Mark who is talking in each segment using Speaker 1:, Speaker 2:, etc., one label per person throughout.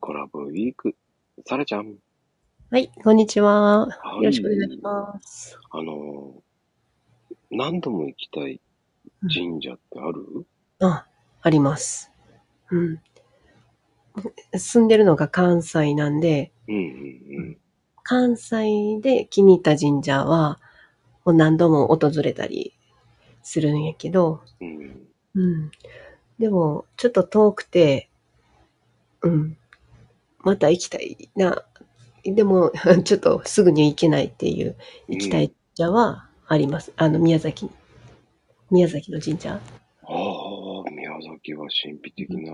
Speaker 1: コラボウィーク。サラちゃん、
Speaker 2: はい、こんにちは。
Speaker 1: はい
Speaker 2: よろしくお願いします。
Speaker 1: あのー何度も行きたい神社ってある、
Speaker 2: あ、あります。うん。住んでるのが関西なんで、
Speaker 1: うん、うん
Speaker 2: 関西で気に入った神社は、もう何度も訪れたりするんやけど、
Speaker 1: うんうん。
Speaker 2: うん。でも、ちょっと遠くて、うん。また行きたいな。でも、 ちょっとすぐには行けないっていう、行きたい神社はあります。あの、宮崎に。宮崎の神社。
Speaker 1: ああ、宮崎は神秘的な、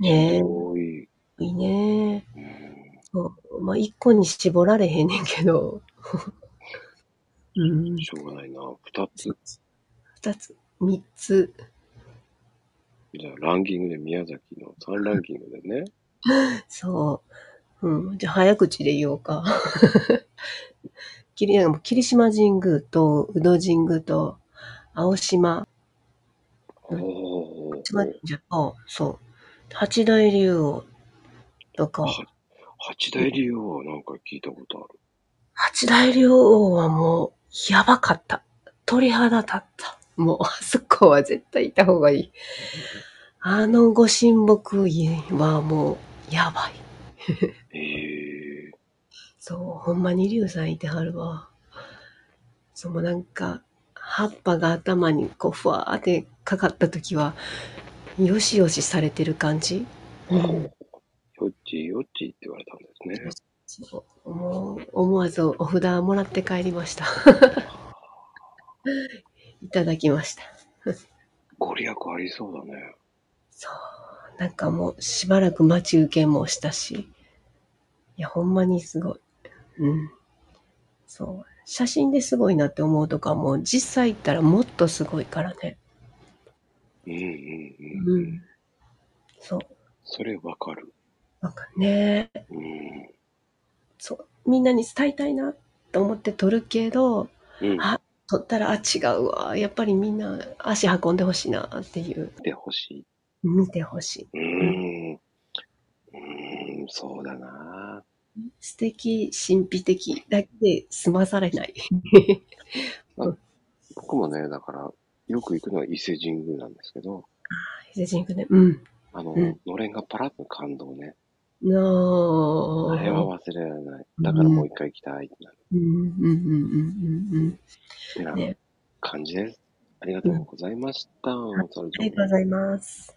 Speaker 2: ねえ。
Speaker 1: 多い。
Speaker 2: いいね。
Speaker 1: うん
Speaker 2: そう。まあ、一個に絞られへんねんけど。 うん。
Speaker 1: しょうがないな。二つ。
Speaker 2: 二つ、三つ。
Speaker 1: じゃあ、ランキングで宮崎の3ランキングでね。
Speaker 2: そう。うん。じゃあ、早口で言おうか。 霧もう霧島神宮と、宇戸神宮と、青島、
Speaker 1: おお
Speaker 2: 島神社と、そう。八大竜王とか、
Speaker 1: は八大竜王はなんか聞いたことある。
Speaker 2: 八大竜王はもう、やばかった。鳥肌立った。もう、あそこは絶対いた方がいい。あのご神木はもう、やばい。
Speaker 1: ええ
Speaker 2: そう、ほんまに竜さんいてはるわ。そう、もうなんか、葉っぱが頭にこう、ふわーってかかった時は、よしよしされてる感じ。うん。
Speaker 1: よっちよっちって言われたんですね。
Speaker 2: そうもう、思わずお札もらって帰りました。 いただきました。
Speaker 1: ご利益ありそうだね。
Speaker 2: そう。なんかもうしばらく待ち受けもしたし。いや、ほんまにすごい。うん。そう。写真ですごいなって思うとかも、実際行ったらもっとすごいからね。
Speaker 1: うんうんうん。
Speaker 2: うん。そう。
Speaker 1: それわかる。
Speaker 2: なんかね、
Speaker 1: うん。
Speaker 2: そう。みんなに伝えたいなと思って撮るけど、
Speaker 1: うん。
Speaker 2: あ撮ったら、あ、違うわ。やっぱりみんな足運んでほしいなっていう。
Speaker 1: でほし
Speaker 2: 見てほしい。
Speaker 1: い。うん。うん、そうだな。
Speaker 2: 素敵、神秘的だけで済まされない。
Speaker 1: 僕もね、だから、よく行くのは伊勢神宮なんですけど、
Speaker 2: 伊勢神宮ね。うん。
Speaker 1: あの、
Speaker 2: うん
Speaker 1: のれんがパラッと感動ね。
Speaker 2: の
Speaker 1: あれは忘れられない。だからもう一回行きたいってなる
Speaker 2: うんうんうんうんうんうん。
Speaker 1: てな
Speaker 2: ね
Speaker 1: 感じです。ありがとうございました。それ
Speaker 2: あり
Speaker 1: じ
Speaker 2: がとうございます。